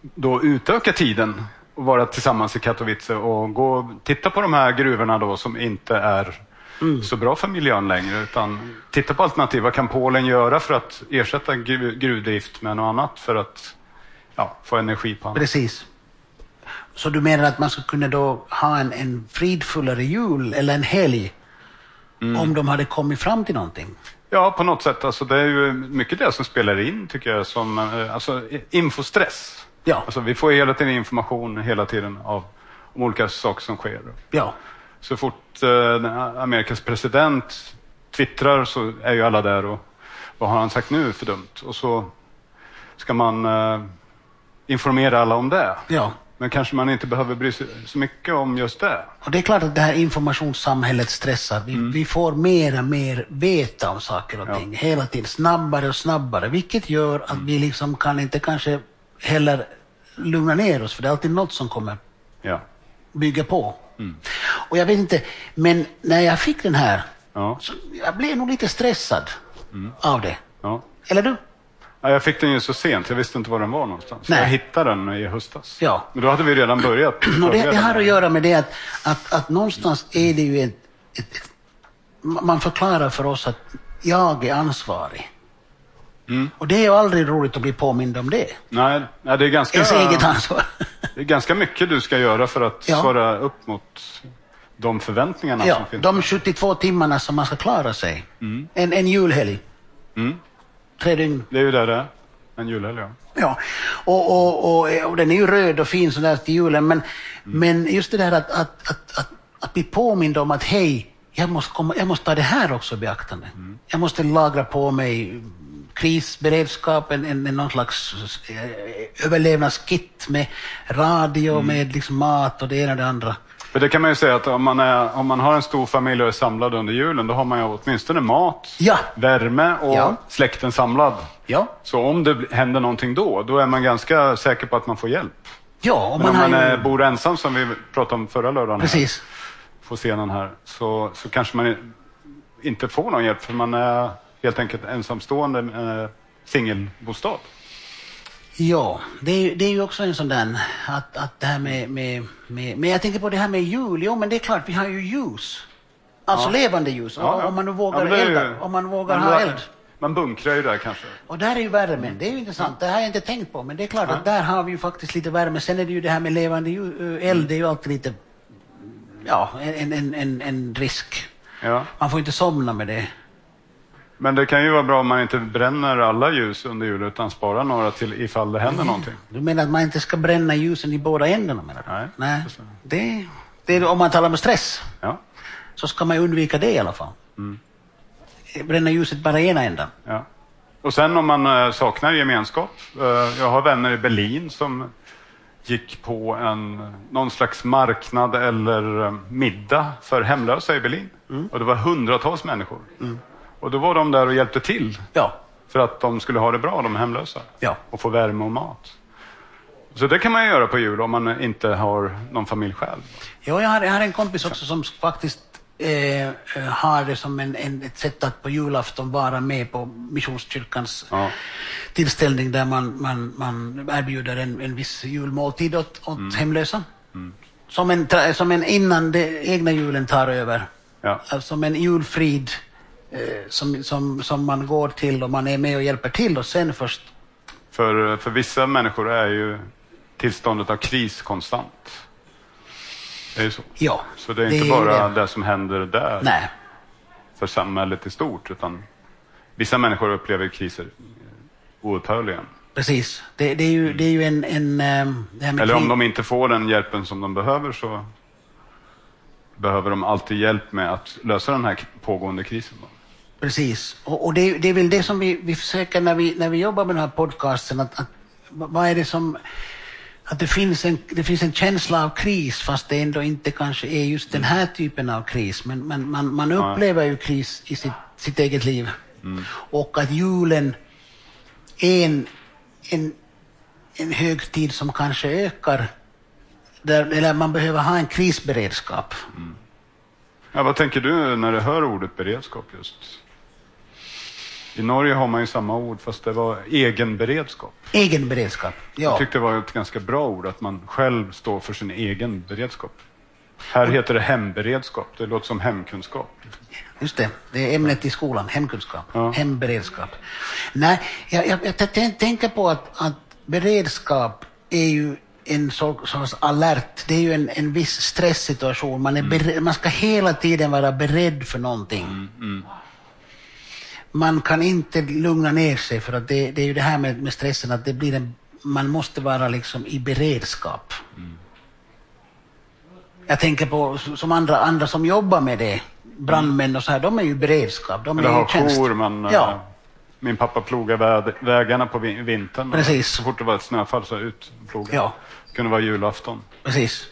Speaker 1: då utöka tiden och vara tillsammans i Katowice och gå och titta på de här gruvorna då som inte är så bra för miljön längre. Utan titta på alternativ. Vad kan Polen göra för att ersätta gru- gruvdrift med något annat för att ja, få energi på annat?
Speaker 2: Precis. Så du menar att man skulle kunna då ha en, en fridfullare jul eller en helg om de hade kommit fram till någonting?
Speaker 1: Ja, på något sätt. Alltså, det är ju mycket det som spelar in, tycker jag, som eh, alltså, i- infostress.
Speaker 2: Ja.
Speaker 1: Alltså, vi får hela tiden information hela tiden av, om olika saker som sker.
Speaker 2: Ja,
Speaker 1: Så fort eh, Amerikas president twittrar så är ju alla där och vad har han sagt nu för dumt? Och så ska man eh, informera alla om det.
Speaker 2: ja.
Speaker 1: Men kanske man inte behöver bry sig så mycket om just det.
Speaker 2: Och det är klart att det här informationssamhället stressar. Vi, vi får mer och mer veta om saker och ting hela tiden, snabbare och snabbare, vilket gör att vi liksom kan inte kanske heller lugna ner oss, för det är alltid något som kommer
Speaker 1: Ja.
Speaker 2: bygga på. Och jag vet inte, men när jag fick den här,
Speaker 1: Ja.
Speaker 2: så jag blev nog lite stressad av det.
Speaker 1: Ja.
Speaker 2: Eller du?
Speaker 1: Ja, jag fick den ju så sent, jag visste inte var den var någonstans.
Speaker 2: Nej.
Speaker 1: Jag hittade den i höstas.
Speaker 2: Ja.
Speaker 1: Men då hade vi redan börjat.
Speaker 2: [CLEARS THROAT] Och det, det
Speaker 1: förbereda
Speaker 2: har att
Speaker 1: den.
Speaker 2: göra med det att, att, att någonstans är det ju ett, ett, ett... Man förklarar för oss att jag är ansvarig. Och det är ju aldrig roligt att bli påmind om det.
Speaker 1: Nej, nej, det är ganska...
Speaker 2: Ens eget ansvar.
Speaker 1: Det är ganska mycket du ska göra för att
Speaker 2: Ja.
Speaker 1: svara upp mot de förväntningarna
Speaker 2: [LAUGHS] ja, Mm.
Speaker 1: som finns.
Speaker 2: de 72 timmarna som man ska klara sig. En, en julhelg. Mm. Tre dygn.
Speaker 1: Det är ju där det är. En julhelg, ja.
Speaker 2: Ja, och, och, och, och den är ju röd och fin sådär till julen, men, men just det där att, att, att, att, att bli påmind om att hej, jag måste, komma, jag måste ta det här också i beaktande. Jag måste lagra på mig krisberedskap, en, en, en någon slags eh, överlevnadskit med radio, med liksom mat och det ena och det andra.
Speaker 1: För det kan man ju säga att om man, är, om man har en stor familj och är samlad under julen, då har man ju åtminstone mat,
Speaker 2: Ja.
Speaker 1: värme och
Speaker 2: Ja.
Speaker 1: släkten samlad.
Speaker 2: Ja,
Speaker 1: Så om det bl- händer någonting då, då är man ganska säker på att man får hjälp.
Speaker 2: ja och
Speaker 1: Men
Speaker 2: man,
Speaker 1: om man
Speaker 2: har ju...
Speaker 1: eh, bor ensam, som vi pratade om förra lördagen, här,
Speaker 2: Precis.
Speaker 1: på scenen här, så, så kanske man i- inte får någon hjälp för man är helt enkelt ensamstående eh, singelbostad.
Speaker 2: Ja, det är, ju- det är ju också en sån där att, att det här med, med, med... Men jag tänker på det här med jul. Jo, men det är klart, vi har ju ljus. Alltså levande ljus.
Speaker 1: Ja, ja.
Speaker 2: Om man nu
Speaker 1: Ja,
Speaker 2: vågar
Speaker 1: men det är ju-
Speaker 2: elda. Om man vågar
Speaker 1: men
Speaker 2: ha
Speaker 1: det- Mm.
Speaker 2: eld.
Speaker 1: Man bunkrar ju där kanske.
Speaker 2: Och där är ju värmen. Det är ju intressant. Det har jag inte tänkt på. Men det är klart att där har vi ju faktiskt lite värme. Sen är det ju det här med levande ju- eh, eld. Det
Speaker 1: Mm.
Speaker 2: är ju alltid lite... Ja, en, en, en, en risk.
Speaker 1: Ja.
Speaker 2: Man får inte somna med det.
Speaker 1: Men det kan ju vara bra om man inte bränner alla ljus under jul utan sparar några till ifall det händer någonting.
Speaker 2: Du menar att man inte ska bränna ljusen i båda ändarna? Menar du?
Speaker 1: Nej.
Speaker 2: Nej. Det, det är, om man talar om stress.
Speaker 1: Ja,
Speaker 2: så ska man ju undvika det i alla fall. Eh, Bränna ljuset bara i ena änden.
Speaker 1: ja. Och sen om man eh, saknar gemenskap. eh, Jag har vänner i Berlin som gick på en, någon slags marknad eller eh, middag för hemlösa i Berlin. Och det var hundratals människor. Och då var de där och hjälpte till
Speaker 2: Ja,
Speaker 1: för att de skulle ha det bra, de hemlösa.
Speaker 2: ja.
Speaker 1: och få värme och mat. Så det kan man ju göra på jul om man inte har någon familj själv.
Speaker 2: ja jag, har, jag har en kompis också som faktiskt eh, eh, har det som en, en, ett sätt att på julafton vara med på Missionskyrkans eh,
Speaker 1: Ja.
Speaker 2: tillställning där man, man, man erbjuder en, en viss julmåltid åt, åt hemlösa. Som, en, tra- som en innan det egna julen tar över.
Speaker 1: Ja.
Speaker 2: Alltså Som en julfrid eh, som, som, som man går till och man är med och hjälper till och sen först
Speaker 1: För, för vissa människor är ju tillståndet av kris konstant. Det är ju så.
Speaker 2: Ja,
Speaker 1: Så det är
Speaker 2: det
Speaker 1: inte
Speaker 2: är ju
Speaker 1: bara
Speaker 2: det.
Speaker 1: det som händer där
Speaker 2: Nej.
Speaker 1: för samhället i stort, utan vissa människor upplever kriser oupphörligen.
Speaker 2: Precis. Det, det, är ju, det är ju en... en ehm, det här med
Speaker 1: Eller om
Speaker 2: krig-
Speaker 1: de inte får den hjälpen som de behöver så behöver de alltid hjälp med att lösa den här k- pågående krisen. Då.
Speaker 2: Precis. Och, och det, är- det är väl det som vi, vi försöker när vi, när vi jobbar med den här podcasten, att, att vad vad är det som... Att det finns, en, det finns en känsla av kris fast det ändå inte kanske är just den här typen av kris. Men, men man, man upplever ju kris i sitt, sitt eget liv. Och att julen är en, en, en högtid som kanske ökar, där, eller man behöver ha en krisberedskap.
Speaker 1: Ja, vad tänker du när du hör ordet beredskap just? I Norge har man ju samma ord fast det var egen beredskap.
Speaker 2: Egen beredskap. Ja.
Speaker 1: Jag tyckte det var ett ganska bra ord att man själv står för sin egen beredskap. Här heter det hemberedskap. Det låter som hemkunskap.
Speaker 2: Just det, det är ämnet i skolan, hemkunskap,
Speaker 1: Ja.
Speaker 2: hemberedskap. Nej, jag, jag, jag tän- tänker på att, att beredskap är ju en sor- sorts alert, det är ju en, en viss stresssituation. Man, är bere- man ska hela tiden vara beredd för någonting. Man kan inte lugna ner sig för att det, det är ju det här med, med stressen att det blir en, man måste vara liksom i beredskap.
Speaker 1: Mm.
Speaker 2: Jag tänker på s- som andra, andra som jobbar med det, brandmän och så här, de är ju i beredskap, de är
Speaker 1: Eller
Speaker 2: ju i
Speaker 1: har
Speaker 2: tjänst.
Speaker 1: jour. Man, eh,
Speaker 2: ja,
Speaker 1: Min pappa plogade vä- vägarna på vi- vintern.
Speaker 2: Precis.
Speaker 1: Så fort det var ett snöfall så ut och ploga.
Speaker 2: Ja.
Speaker 1: Det kunde vara julafton.
Speaker 2: precis.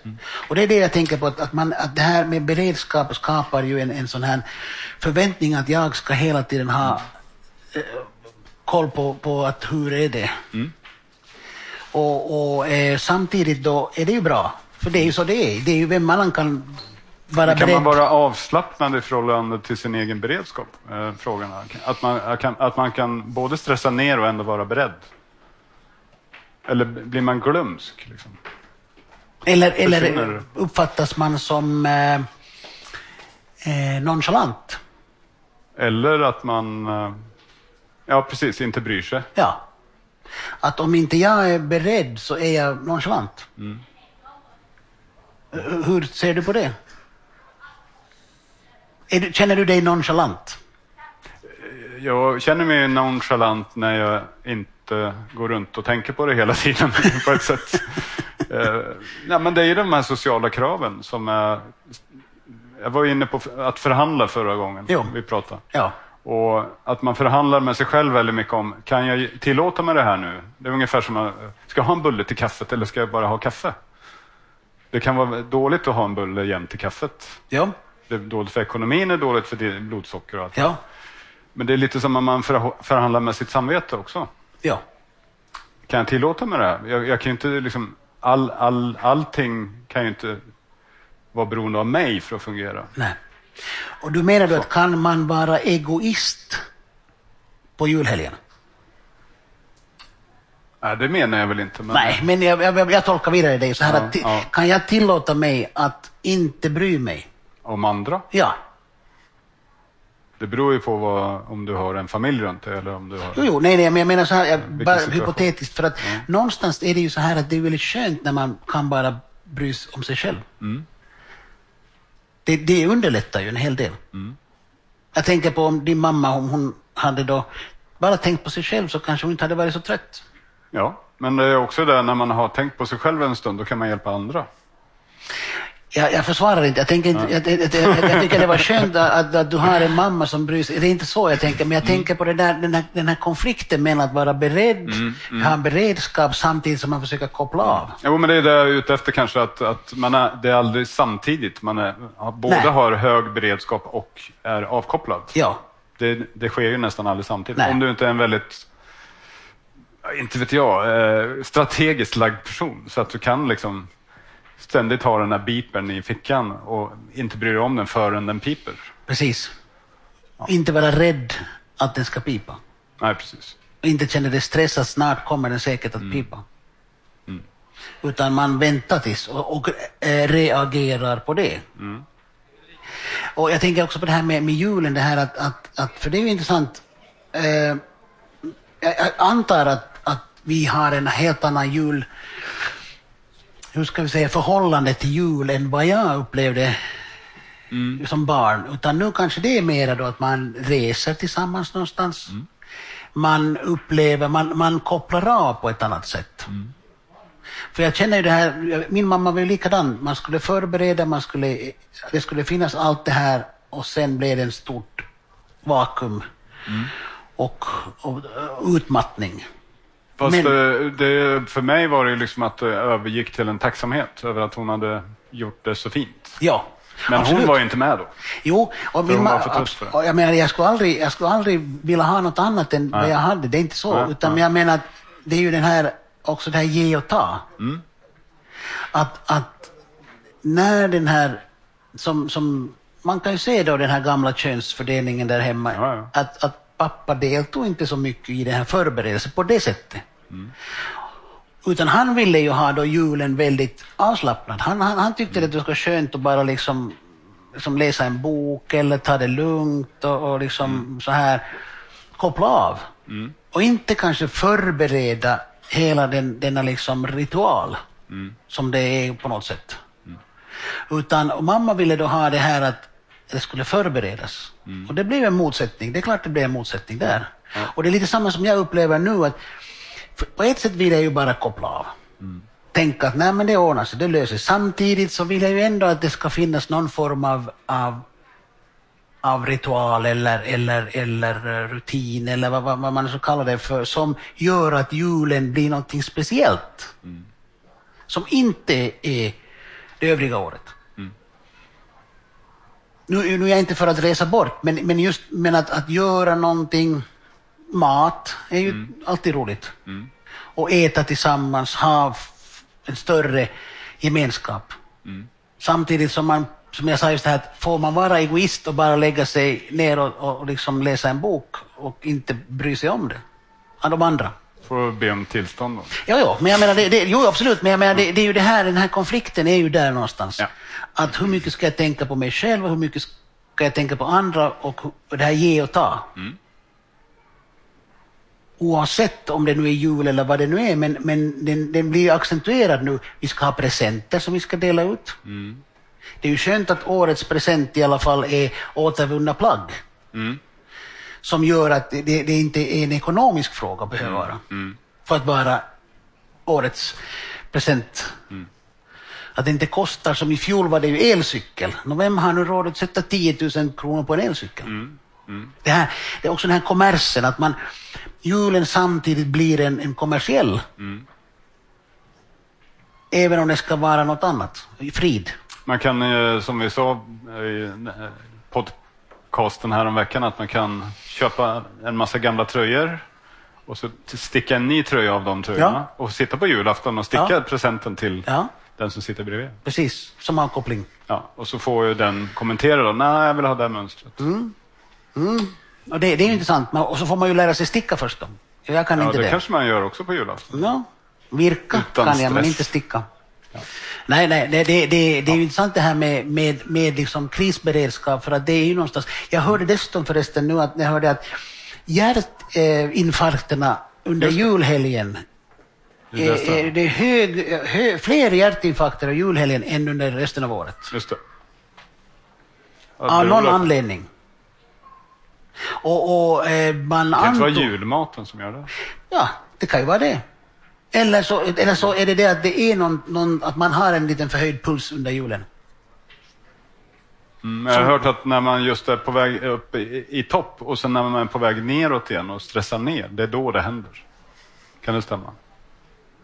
Speaker 2: Och det är det jag tänker på, att, att, man, att det här med beredskap skapar ju en, en sån här förväntning att jag ska hela tiden ha eh,
Speaker 1: Mm.
Speaker 2: koll på, på att hur är det. Och, och eh, samtidigt då är det ju bra, för det är ju så det är. Det är ju vem man kan vara
Speaker 1: Kan
Speaker 2: beredd
Speaker 1: man vara avslappnad i förhållande till sin egen beredskap? Eh, frågan är. Att man, eh, kan, att man kan både stressa ner och ändå vara beredd? Eller b- blir man glömsk? Liksom?
Speaker 2: Eller, eller
Speaker 1: Försvinner.
Speaker 2: uppfattas man som eh, eh, nonchalant?
Speaker 1: Eller att man, eh, ja precis, inte bryr sig.
Speaker 2: Ja. Att om inte jag är beredd så är jag nonchalant.
Speaker 1: Mm.
Speaker 2: H- Hur ser du på det? Är du, känner du dig nonchalant?
Speaker 1: Jag känner mig nonchalant när jag inte går runt och tänker på det hela tiden [LAUGHS] på ett sätt. Eh, nej, men det är ju de här sociala kraven som är... Jag var ju inne på f- att förhandla förra gången
Speaker 2: Jo.
Speaker 1: vi pratade.
Speaker 2: Ja.
Speaker 1: Och att man förhandlar med sig själv väldigt mycket om, kan jag tillåta mig det här nu? Det är ungefär som, att, eh, ska jag ha en bulle till kaffet eller ska jag bara ha kaffe? Det kan vara dåligt att ha en bulle jämt till kaffet.
Speaker 2: Ja.
Speaker 1: Det är dåligt för ekonomin, det är dåligt för ditt blodsocker och allt.
Speaker 2: Ja.
Speaker 1: Men det är lite som om man förha- förhandlar med sitt samvete också.
Speaker 2: Ja.
Speaker 1: Kan jag tillåta mig det här? Jag, jag kan ju inte liksom, all, all, allting kan ju inte vara beroende av mig för att fungera.
Speaker 2: Nej. Och du menar du att kan man vara egoist på julhelgen?
Speaker 1: Nej, det menar jag väl inte. Men
Speaker 2: Nej, men jag, jag, jag tolkar vidare dig så här
Speaker 1: Ja,
Speaker 2: att ti-
Speaker 1: ja.
Speaker 2: kan jag tillåta mig att inte bry mig?
Speaker 1: om andra.
Speaker 2: Ja,
Speaker 1: Det beror ju på vad, om du har en familj runt dig eller om du har...
Speaker 2: jo, jo, nej, nej, men jag menar så här, jag, bara
Speaker 1: situation?
Speaker 2: hypotetiskt, för att någonstans är det ju så här att det är väldigt skönt när man kan bara bry sig om sig själv. Det, det underlättar ju en hel del. Jag tänker på om din mamma, om hon hade då bara tänkt på sig själv så kanske hon inte hade varit så trött.
Speaker 1: Ja, men det är också det när man har tänkt på sig själv en stund, då kan man hjälpa andra.
Speaker 2: Jag, jag försvarar inte. Jag, tänker inte jag, jag, jag, jag tycker det var skönt att, att, att du har en mamma som bryr sig. Det är inte så jag tänker, men jag tänker på det där, den, här, den här konflikten mellan att vara beredd, ha en beredskap samtidigt som man försöker koppla av.
Speaker 1: Jo, men det är det jag är ute efter kanske, att, att man är, det är aldrig samtidigt. Man är, har- både
Speaker 2: Nej.
Speaker 1: har hög beredskap och är avkopplad.
Speaker 2: Ja,
Speaker 1: Det, det sker ju nästan aldrig samtidigt.
Speaker 2: Nej.
Speaker 1: Om du inte är en väldigt, ja, inte vet jag, eh, strategiskt lagd person. Så att du kan liksom ständigt ha den här beepern i fickan och inte bry dig om den förrän den piper.
Speaker 2: precis. Inte vara rädd att den ska pipa.
Speaker 1: Nej, precis.
Speaker 2: Inte känna dig stressad, snart kommer den säkert att pipa. Utan man väntar tills och, och eh, reagerar på det. Och jag tänker också på det här med, med julen, det här att, att, att, för det är ju intressant. Eh, jag, jag antar att, att vi har en helt annan jul, hur ska vi säga, förhållande till jul än vad jag upplevde som barn. Utan nu kanske det är mera då att man reser tillsammans någonstans. Man upplever, man, man kopplar av på ett annat sätt.
Speaker 1: Mm.
Speaker 2: För jag känner ju det här, min mamma var ju likadan. Man skulle förbereda, man skulle, det skulle finnas allt det här och sen blev det en stort vakuum
Speaker 1: Mm.
Speaker 2: och, och utmattning.
Speaker 1: Fast
Speaker 2: Men-
Speaker 1: eh, det, för mig var det ju liksom att det övergick till en tacksamhet över att hon hade gjort det så fint.
Speaker 2: Ja.
Speaker 1: Men
Speaker 2: absolut.
Speaker 1: hon var ju inte med då.
Speaker 2: Jo, och min
Speaker 1: hon
Speaker 2: ma-
Speaker 1: var för tuff för det.
Speaker 2: och jag, menar, jag, skulle aldrig, jag skulle aldrig vilja ha något annat än vad
Speaker 1: Nej.
Speaker 2: jag hade. Det är inte så.
Speaker 1: Nej,
Speaker 2: utan
Speaker 1: nej.
Speaker 2: jag menar att det är ju den här, också det här ge och ta.
Speaker 1: Mm.
Speaker 2: Att, att när den här, som, som, man kan ju se då den här gamla könsfördelningen där hemma.
Speaker 1: Ja, ja.
Speaker 2: Att, att pappa deltog inte så mycket i den här förberedelsen på det sättet.
Speaker 1: Mm.
Speaker 2: Utan han ville ju ha då julen väldigt avslappnad. Han, han, han tyckte att det var skönt att bara liksom, liksom läsa en bok eller ta det lugnt och, och liksom
Speaker 1: Mm.
Speaker 2: så här koppla av. Och inte kanske förbereda hela den, denna liksom ritual
Speaker 1: Mm.
Speaker 2: som det är på något sätt. Utan och mamma ville då ha det här att det skulle förberedas. Och det blev en motsättning. Det är klart det blev en motsättning där. Och det är lite samma som jag upplever nu att för- på ett sätt vill jag ju bara koppla av. Tänka att nej men det ordnar sig, det löser sig. Samtidigt så vill jag ju ändå att det ska finnas någon form av, av, av ritual eller, eller, eller eh, rutin eller vad, vad vad man så kallar det för som gör att julen blir någonting speciellt. Som inte är det övriga året. Nu, nu är jag inte för att resa bort, men, men just men att, att göra någonting, mat är ju alltid roligt. Och äta tillsammans, ha f- en större gemenskap. Samtidigt som man, som jag sa just det här, att får man vara egoist och bara lägga sig ner och, och liksom läsa en bok och inte bry sig om det, av de andra.
Speaker 1: Får be om tillstånd då.
Speaker 2: Ja, ja, men jag menar, det, det, jo absolut, men jag menar, det, det är ju det här, den här konflikten är ju där någonstans.
Speaker 1: Ja.
Speaker 2: Att hur mycket ska jag tänka på mig själv och hur mycket ska jag tänka på andra och, hu- och det här ge och ta. Oavsett om det nu är jul eller vad det nu är, men, men den, den blir ju accentuerad nu. Vi ska ha presenter som vi ska dela ut. Det är ju skönt att årets present i alla fall är återvunna plagg. Som gör att det, det, det inte är en ekonomisk fråga behöver vara. För att vara årets present. Att det inte kostar, som i fjol var det ju elcykel. Nå, vem har nu råd att sätta 10 000 kronor på en elcykel? Det, här, det är också den här kommersen, att man, julen samtidigt blir en, en kommersiell. Även om det ska vara något annat, i frid.
Speaker 1: Man kan, eh, som vi sa eh, i eh, podcasten här om veckan att man kan köpa en massa gamla tröjor och så t- sticka en ny tröja av de tröjorna och sitta på julafton och sticka
Speaker 2: Ja.
Speaker 1: presenten till
Speaker 2: Ja.
Speaker 1: den som sitter bredvid.
Speaker 2: Precis, som avkoppling.
Speaker 1: Ja, och så får ju den kommentera då, nej jag vill ha det här mönstret.
Speaker 2: Mm, Och det, det är ju intressant, Man- och så får man ju lära sig sticka först. Då. Jag kan
Speaker 1: Ja,
Speaker 2: inte det. Mm.
Speaker 1: det kanske man gör också på julafton.
Speaker 2: Ja, virka
Speaker 1: Utan
Speaker 2: kan jag, men
Speaker 1: stress.
Speaker 2: inte sticka. Nej, nej, det, det, det, det är ju intressant det här med, med, med liksom krisberedskap, för att det är ju någonstans... Jag hörde dessutom förresten nu att, jag hörde att hjärtinfarkterna under
Speaker 1: Just det.
Speaker 2: julhelgen,
Speaker 1: I resten.
Speaker 2: eh, eh, det är hög, hö, fler hjärtinfarkter under julhelgen än under resten av året.
Speaker 1: Just det.
Speaker 2: Av
Speaker 1: det
Speaker 2: någon
Speaker 1: var-
Speaker 2: anledning. Och, och eh, man
Speaker 1: Det kan inte vara
Speaker 2: antog...
Speaker 1: julmaten som gör det.
Speaker 2: Ja, det kan ju vara det. Eller så, eller så är det det att det är någon, någon, att man har en liten förhöjd puls under julen.
Speaker 1: Mm, jag har hört att när man just är på väg upp i, i topp och sen när man är på väg neråt igen och stressar ner, det är då det händer. Kan det stämma?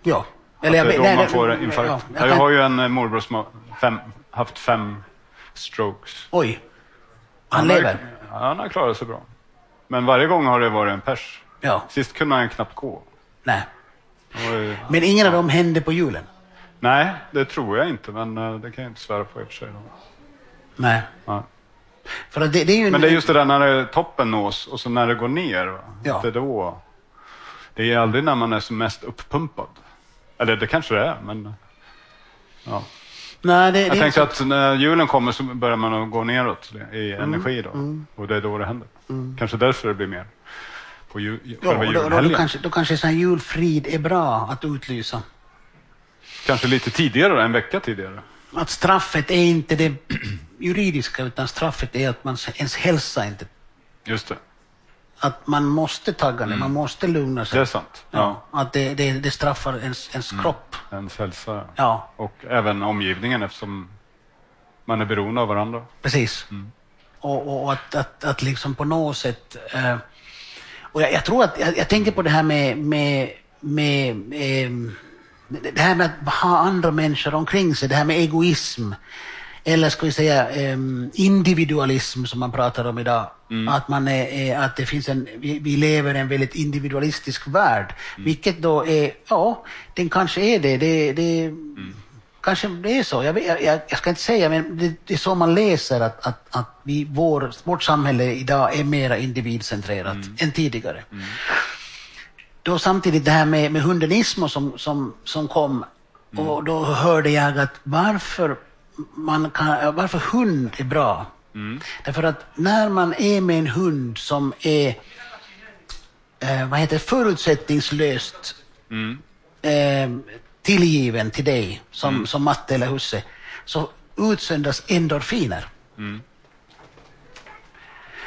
Speaker 2: Ja.
Speaker 1: Eller att det är
Speaker 2: vet-
Speaker 1: då
Speaker 2: nej,
Speaker 1: man
Speaker 2: det-
Speaker 1: får en infarkt?
Speaker 2: ja,
Speaker 1: jag,
Speaker 2: jag kan,
Speaker 1: har ju en eh, morbror som har fem, haft fem strokes.
Speaker 2: Oj. Han
Speaker 1: har ju-
Speaker 2: lever.
Speaker 1: Han har klarat sig bra. Men varje gång har det varit en pers.
Speaker 2: Ja.
Speaker 1: Sist kunde han knappt gå.
Speaker 2: Nej.
Speaker 1: Det var ju-
Speaker 2: Men ingen av dem hände på julen.
Speaker 1: Nej, det tror jag inte, men eh, det kan jag inte svära på i och för sig.
Speaker 2: Nej.
Speaker 1: Ja.
Speaker 2: För att det, det är ju en,
Speaker 1: Men det är just det där när det- toppen nås och så när det går ner. Va?
Speaker 2: Ja.
Speaker 1: Det, är då, det är aldrig när man är som mest uppumpad. Eller det kanske det är, men... Ja.
Speaker 2: nej, det,
Speaker 1: Jag
Speaker 2: det är
Speaker 1: tänkte att när julen kommer så börjar man
Speaker 2: Mm,
Speaker 1: att gå neråt i energi då. Och det är då det händer. Kanske därför det blir mer på ju,
Speaker 2: Ja,
Speaker 1: själva
Speaker 2: och då, då, då,
Speaker 1: julhelgen. Kanske...
Speaker 2: kanske, då kanske sån här julfrid är bra att utlysa.
Speaker 1: lite tidigare, då, en vecka tidigare.
Speaker 2: Att straffet är inte det [CLEARS THROAT] juridiska, utan straffet är att man, ens hälsa inte.
Speaker 1: Just det,
Speaker 2: Att man måste tagga ner, man måste lugna sig.
Speaker 1: Mm. det är sant. Ja.
Speaker 2: Att det, det, det straffar ens, ens kropp.
Speaker 1: Ens hälsa
Speaker 2: Ja,
Speaker 1: och även omgivningen eftersom man är beroende av varandra.
Speaker 2: precis. Och, och, och att, att, att liksom på något sätt... Eh, och jag, jag tror att, jag, jag tänker på det här med, med, med ehm, det det här med att ha andra människor omkring sig, det här med egoism. Eller ska vi säga ehm, individualism som man pratar om idag. Att, man är, är, att det finns en, vi, vi lever i en väldigt individualistisk värld. Vilket då är, ja, den kanske är det. det, det Kanske det är så. Jag, vet- jag, jag, jag ska inte säga, men det, det är så man läser att, att, att vi, vår, vårt samhälle idag är mera individcentrerat än tidigare då samtidigt det här med, med hundenism och som, som, som kom. Och då hörde jag att varför, man kan, varför hund är bra. Därför att när man är med en hund som är eh, vad heter det, förutsättningslöst eh, tillgiven till dig som, som matte eller husse, så utsöndras endorfiner.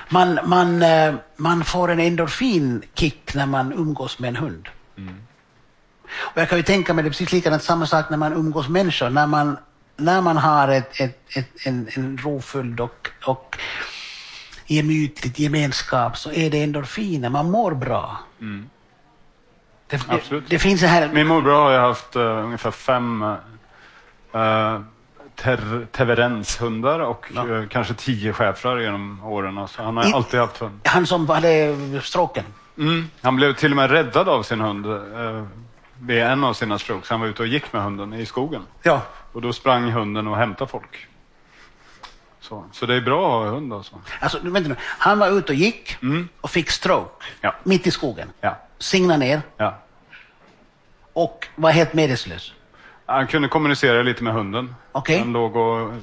Speaker 2: Man, man, eh, man får en endorfinkick när man umgås med en hund. Och jag kan ju tänka mig det är precis likadant, samma sak när man umgås med människor. När man, när man har ett, ett, ett, en, en rofylld och, och gemytlig gemenskap så är det endorfiner, man mår bra. Det, det,
Speaker 1: Absolut.
Speaker 2: det finns det här...
Speaker 1: Min morbror har ju haft eh, ungefär fem uh, ter- teverenshundar och
Speaker 2: Ja.
Speaker 1: eh, kanske tio schäfrar genom åren. Alltså, han har
Speaker 2: I-
Speaker 1: alltid haft hund.
Speaker 2: Han som hade stråken.
Speaker 1: Mm. Han blev till och med räddad av sin hund eh, vid en av sina strokes. Han var ute och gick med hunden i skogen.
Speaker 2: Ja.
Speaker 1: Och då sprang hunden och hämtade folk. Så, så det är bra att ha hund alltså.
Speaker 2: Alltså, nu, vänta nu. Han var ute och gick och fick stroke
Speaker 1: Mm. Ja.
Speaker 2: mitt i skogen.
Speaker 1: Ja.
Speaker 2: Signa ner
Speaker 1: ja.
Speaker 2: och var helt medvetslös.
Speaker 1: Han kunde kommunicera lite med hunden.
Speaker 2: Okej.
Speaker 1: Den låg och eh,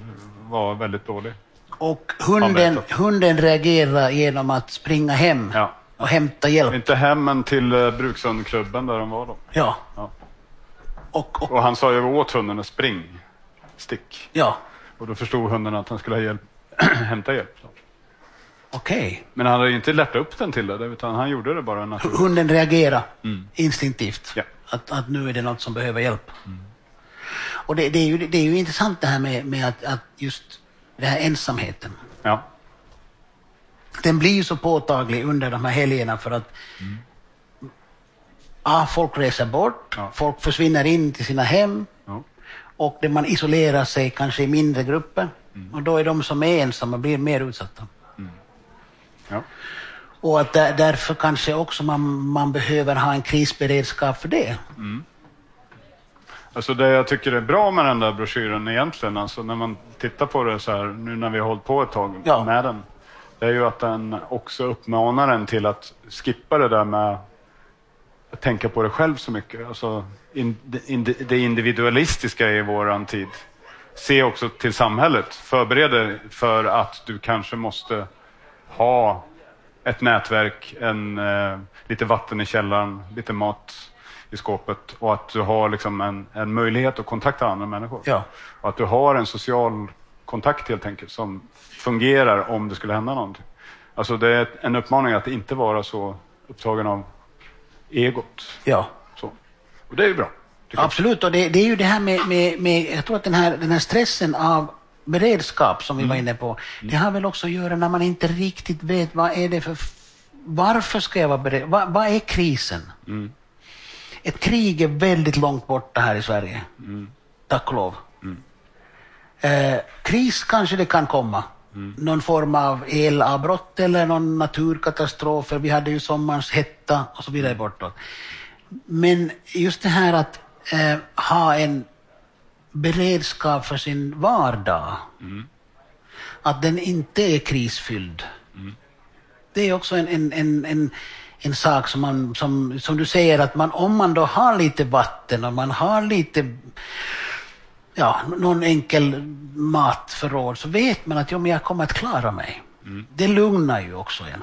Speaker 1: var väldigt dålig.
Speaker 2: Och
Speaker 1: Han
Speaker 2: hunden,
Speaker 1: berättar.
Speaker 2: hunden reagerar genom att springa hem
Speaker 1: Ja.
Speaker 2: och hämta hjälp.
Speaker 1: Inte hem, men till eh, brukshundklubben där de var då.
Speaker 2: Ja.
Speaker 1: Ja.
Speaker 2: Och, och,
Speaker 1: Och han sa ju åt hunden att spring, stick.
Speaker 2: ja.
Speaker 1: Och då förstod hunden att han skulle ha hjälp, [CLEARS THROAT] hämta hjälp. då.
Speaker 2: Okej.
Speaker 1: Men han hade ju inte lärt upp den till det, utan han gjorde det bara naturligt.
Speaker 2: Hunden reagerar instinktivt.
Speaker 1: Mm. Ja. Mm.
Speaker 2: Att, att nu är det något som behöver hjälp. Och det, det, är ju, det är ju intressant det här med, med att, att just den här ensamheten.
Speaker 1: Ja.
Speaker 2: Den blir ju så påtaglig under de här helgerna för att ah, folk reser bort,
Speaker 1: Ja.
Speaker 2: folk försvinner in till sina hem.
Speaker 1: ja.
Speaker 2: och där man isolerar sig kanske i mindre grupper. Och då är de som är ensamma blir mer utsatta.
Speaker 1: ja.
Speaker 2: Och att där, därför kanske också man, man behöver ha en krisberedskap för det.
Speaker 1: Alltså det jag tycker är bra med den där broschyren egentligen, alltså när man tittar på det så här, nu när vi har hållit på ett tag
Speaker 2: Ja.
Speaker 1: med den, det är ju att den också uppmanar en till att skippa det där med att tänka på det själv så mycket. Alltså in, in, det individualistiska i våran tid. Se också till samhället. Förbered dig för att du kanske måste ha ett nätverk, en, eh, lite vatten i källaren, lite mat i skåpet och att du har liksom en, en möjlighet att kontakta andra människor.
Speaker 2: Ja.
Speaker 1: Och att du har en social kontakt helt enkelt som fungerar om det skulle hända någonting. Alltså det är en uppmaning att inte vara så upptagen av egot.
Speaker 2: Ja.
Speaker 1: Så. Och det är ju bra. tycker jag.
Speaker 2: Absolut, och det, det är ju det här med, med, med jag tror att den här, den här stressen av beredskap som vi var inne på, det har väl också att göra när man inte riktigt vet vad är det för, varför ska jag vara beredd, vad, vad är krisen? Ett krig är väldigt långt borta här i Sverige, tack och lov. Eh, kris kanske det kan komma. Någon form av elavbrott eller någon naturkatastrof. för Vi hade ju sommarens hetta och så vidare bortåt. Men just det här att eh, ha en beredskap för sin vardag. Att den inte är krisfylld. Det är också en, en, en, en, en sak som, man, som, som du säger, att man, om man då har lite vatten och man har lite ja, någon enkel matförråd så vet man att ja, men jag kommer att klara mig. Det lugnar ju också en.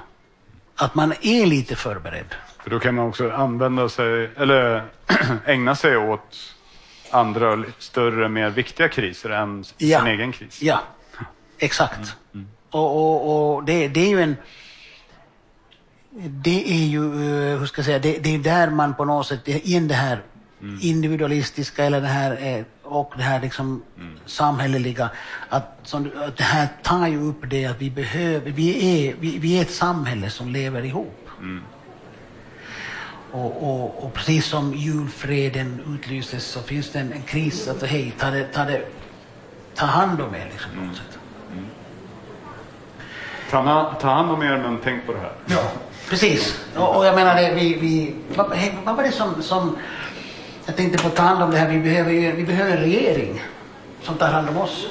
Speaker 2: att man är lite förberedd.
Speaker 1: För då kan man också använda sig, eller [CLEARS THROAT] ägna sig åt andra li- större, mer viktiga kriser än s- sin egen kris.
Speaker 2: Ja, exakt. Och, och, och det, det är ju en... Det är ju, eh, hur ska jag säga, det, det är där man på något sätt, i den här individualistiska eller det här, eh, och det här liksom samhälleliga, att, som, du- att det här tar ju upp det att vi behöver, vi är, vi, vi är ett samhälle som lever ihop. Och, och, och precis som julfreden utlystes så finns det en, en kris att hej, ta, det, ta, det, ta hand om er liksom, på något sätt.
Speaker 1: Ta, na- ta hand om er, men tänk på det här.
Speaker 2: Ja, precis. Och, och jag menar, det, vi, vi, vad, hej, vad var det som, som... Jag tänkte på ta hand om det här. Vi behöver, ju- vi behöver en regering som tar hand om oss.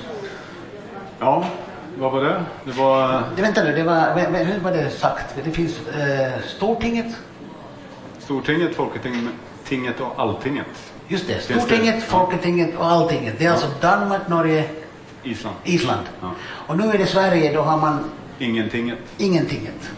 Speaker 1: Ja, vad var det? Det var
Speaker 2: Det, vänta nu, det var, men- men hur var det sagt? Det finns eh, Stortinget.
Speaker 1: Stortinget, Folketinget och Alltinget.
Speaker 2: Just det,
Speaker 1: det.
Speaker 2: Stortinget, Folketinget och Alltinget. Det är alltså Danmark, Norge,
Speaker 1: Island.
Speaker 2: Island.
Speaker 1: Ja.
Speaker 2: Och nu är det Sverige, då har man
Speaker 1: Ingentinget.
Speaker 2: ingentinget.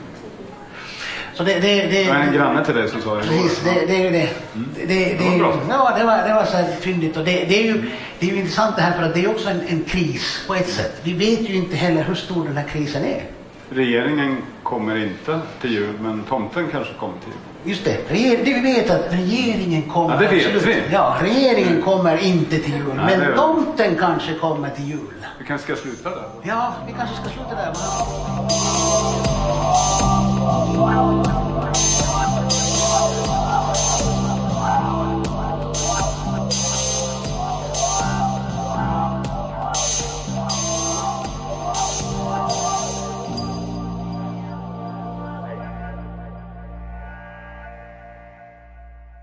Speaker 2: Så det, det, det,
Speaker 1: Det var en granne till dig som sa det igår.
Speaker 2: Precis, det, det är ju det. Det, det,
Speaker 1: Mm. Det var
Speaker 2: är ju-
Speaker 1: bra.
Speaker 2: ja, det, var, det var så här fyndigt. Och det, det, är ju, det är ju intressant det här för att det är också en, en kris på ett sätt. Vi vet ju inte heller hur stor den här krisen är.
Speaker 1: Regeringen kommer inte till jul, men tomten kanske kommer till jul.
Speaker 2: Just det, reger, det vi vet att regeringen kommer.
Speaker 1: Ja, det vet
Speaker 2: absolut.
Speaker 1: vi. Mm.
Speaker 2: Ja, regeringen kommer inte till jul,
Speaker 1: Nej, det
Speaker 2: men
Speaker 1: är-
Speaker 2: tomten kanske kommer till jul.
Speaker 1: Vi kanske ska sluta där.
Speaker 2: Ja, vi kanske ska sluta där. va?